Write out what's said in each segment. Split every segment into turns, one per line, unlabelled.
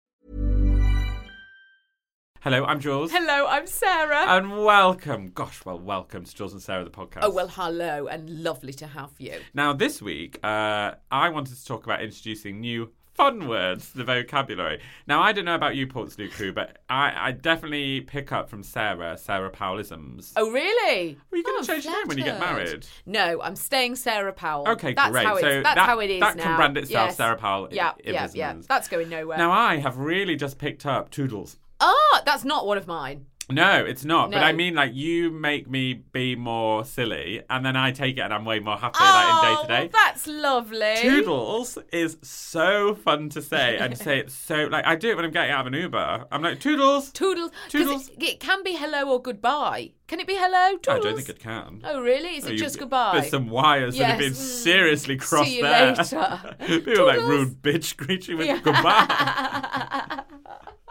Hello, I'm Jules.
Hello, I'm Sarah.
And welcome, gosh, well, welcome to Jules and Sarah, the podcast.
oh, well, hello, and lovely to have you.
Now, this week, uh, I wanted to talk about introducing new fun words to the vocabulary. Now, I don't know about you, Portslade Crew, but I, I definitely pick up from Sarah, Sarah Powellisms.
Oh, really?
Were you gonna
Oh,
change your name when you get
flattered.
married?
No, I'm staying Sarah Powell.
Okay,
that's
great.
How it's,
So
that's
that-
how it is
that
now.
can brand itself
Yes.
Sarah Powell i-
Yeah,
in
yeah,
this
yeah.
means.
That's going nowhere.
Now, I have really just picked up Toodles.
ah, that's not one of mine.
No, it's not. But
No.
I mean, like, you make me be more silly, and then I take it and I'm way more happy, like, in
oh,
day to day.
well, that's lovely.
Toodles is so fun to say and to say it so like I do it when I'm getting out of an Uber. I'm like Toodles.
Toodles. 'Cause
Toodles.
It, it can be hello or goodbye. Can it be hello?
I
Toodles.
don't think it can.
Oh, really? Is
No,
it
you-
just goodbye?
There's some wires that have been
Yes. Mm.
seriously crossed
you
there.
later.
People like
Toodles.
rude bitch greet you with goodbye.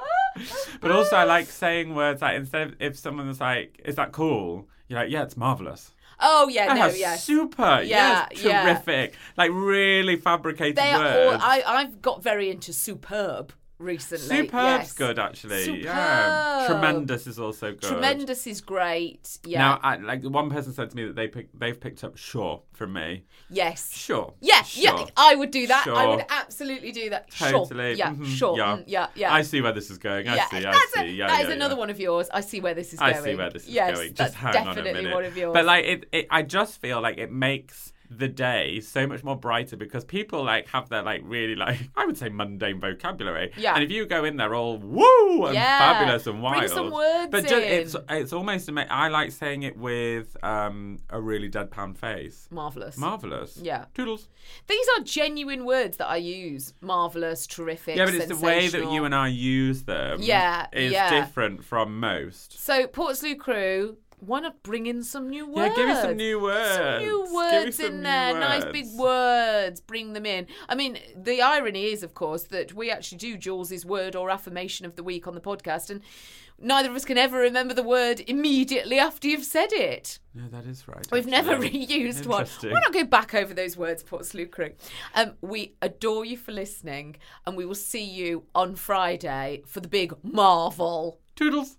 but also I like saying words like instead of if someone's like, is that cool? You're like, yeah, it's marvellous.
oh, yeah,
Oh,
no, yes.
super.
Yeah,
yes,
yeah.
terrific. Like really fabricated
They are all.
words.
I, I've got very into superb recently.
Superb's
yes.
good actually. Yeah.
Superb.
Tremendous is also good.
Tremendous is great. Yeah.
Now, I, like one person said to me that they pick, they've picked up sure from me.
yes.
Sure.
Yeah, yeah,
Sure.
I would do that. I
Sure.
would absolutely do that.
Totally.
Sure. Yeah,
mhm,
sure. mm, yeah, yeah.
I see where this is going. I
yeah,
see. I
that's
see.
a-
yeah,
that is
yeah,
another
yeah.
one of yours. I see where this is
I
going.
see where this is
yes,
going. Just
that's
hang on a
definitely
minute.
one of yours.
But like, it, it, I just feel like it makes the day so much more brighter because people like have their like really like I would say mundane vocabulary.
Yeah.
And if you go in there all woo and
Yeah.
fabulous and wild,
Bring some words
but ju-
in.
it's it's almost ama- I like saying it with um, a really deadpan face.
marvelous.
Marvelous.
Yeah.
Toodles.
These are genuine words that I use. Marvelous, terrific.
Yeah, but it's the way that you and I use them.
Yeah,
is
yeah.
different from most.
So Portslade crew, why not bring in some new words?
Yeah, give me some new words.
Some new
Give me
words
some
in
new
there, nice big words. Bring them in. I mean, the irony is, of course, that we actually do Jules's word or affirmation of the week on the podcast, and neither of us can ever remember the word immediately after you've said it.
No, that is right.
We've never
actually.
reused one.
Interesting.
Why not go back over those words, Portslade crew? Um, we adore you for listening, and we will see you on Friday for the big Marvel.
Toodles.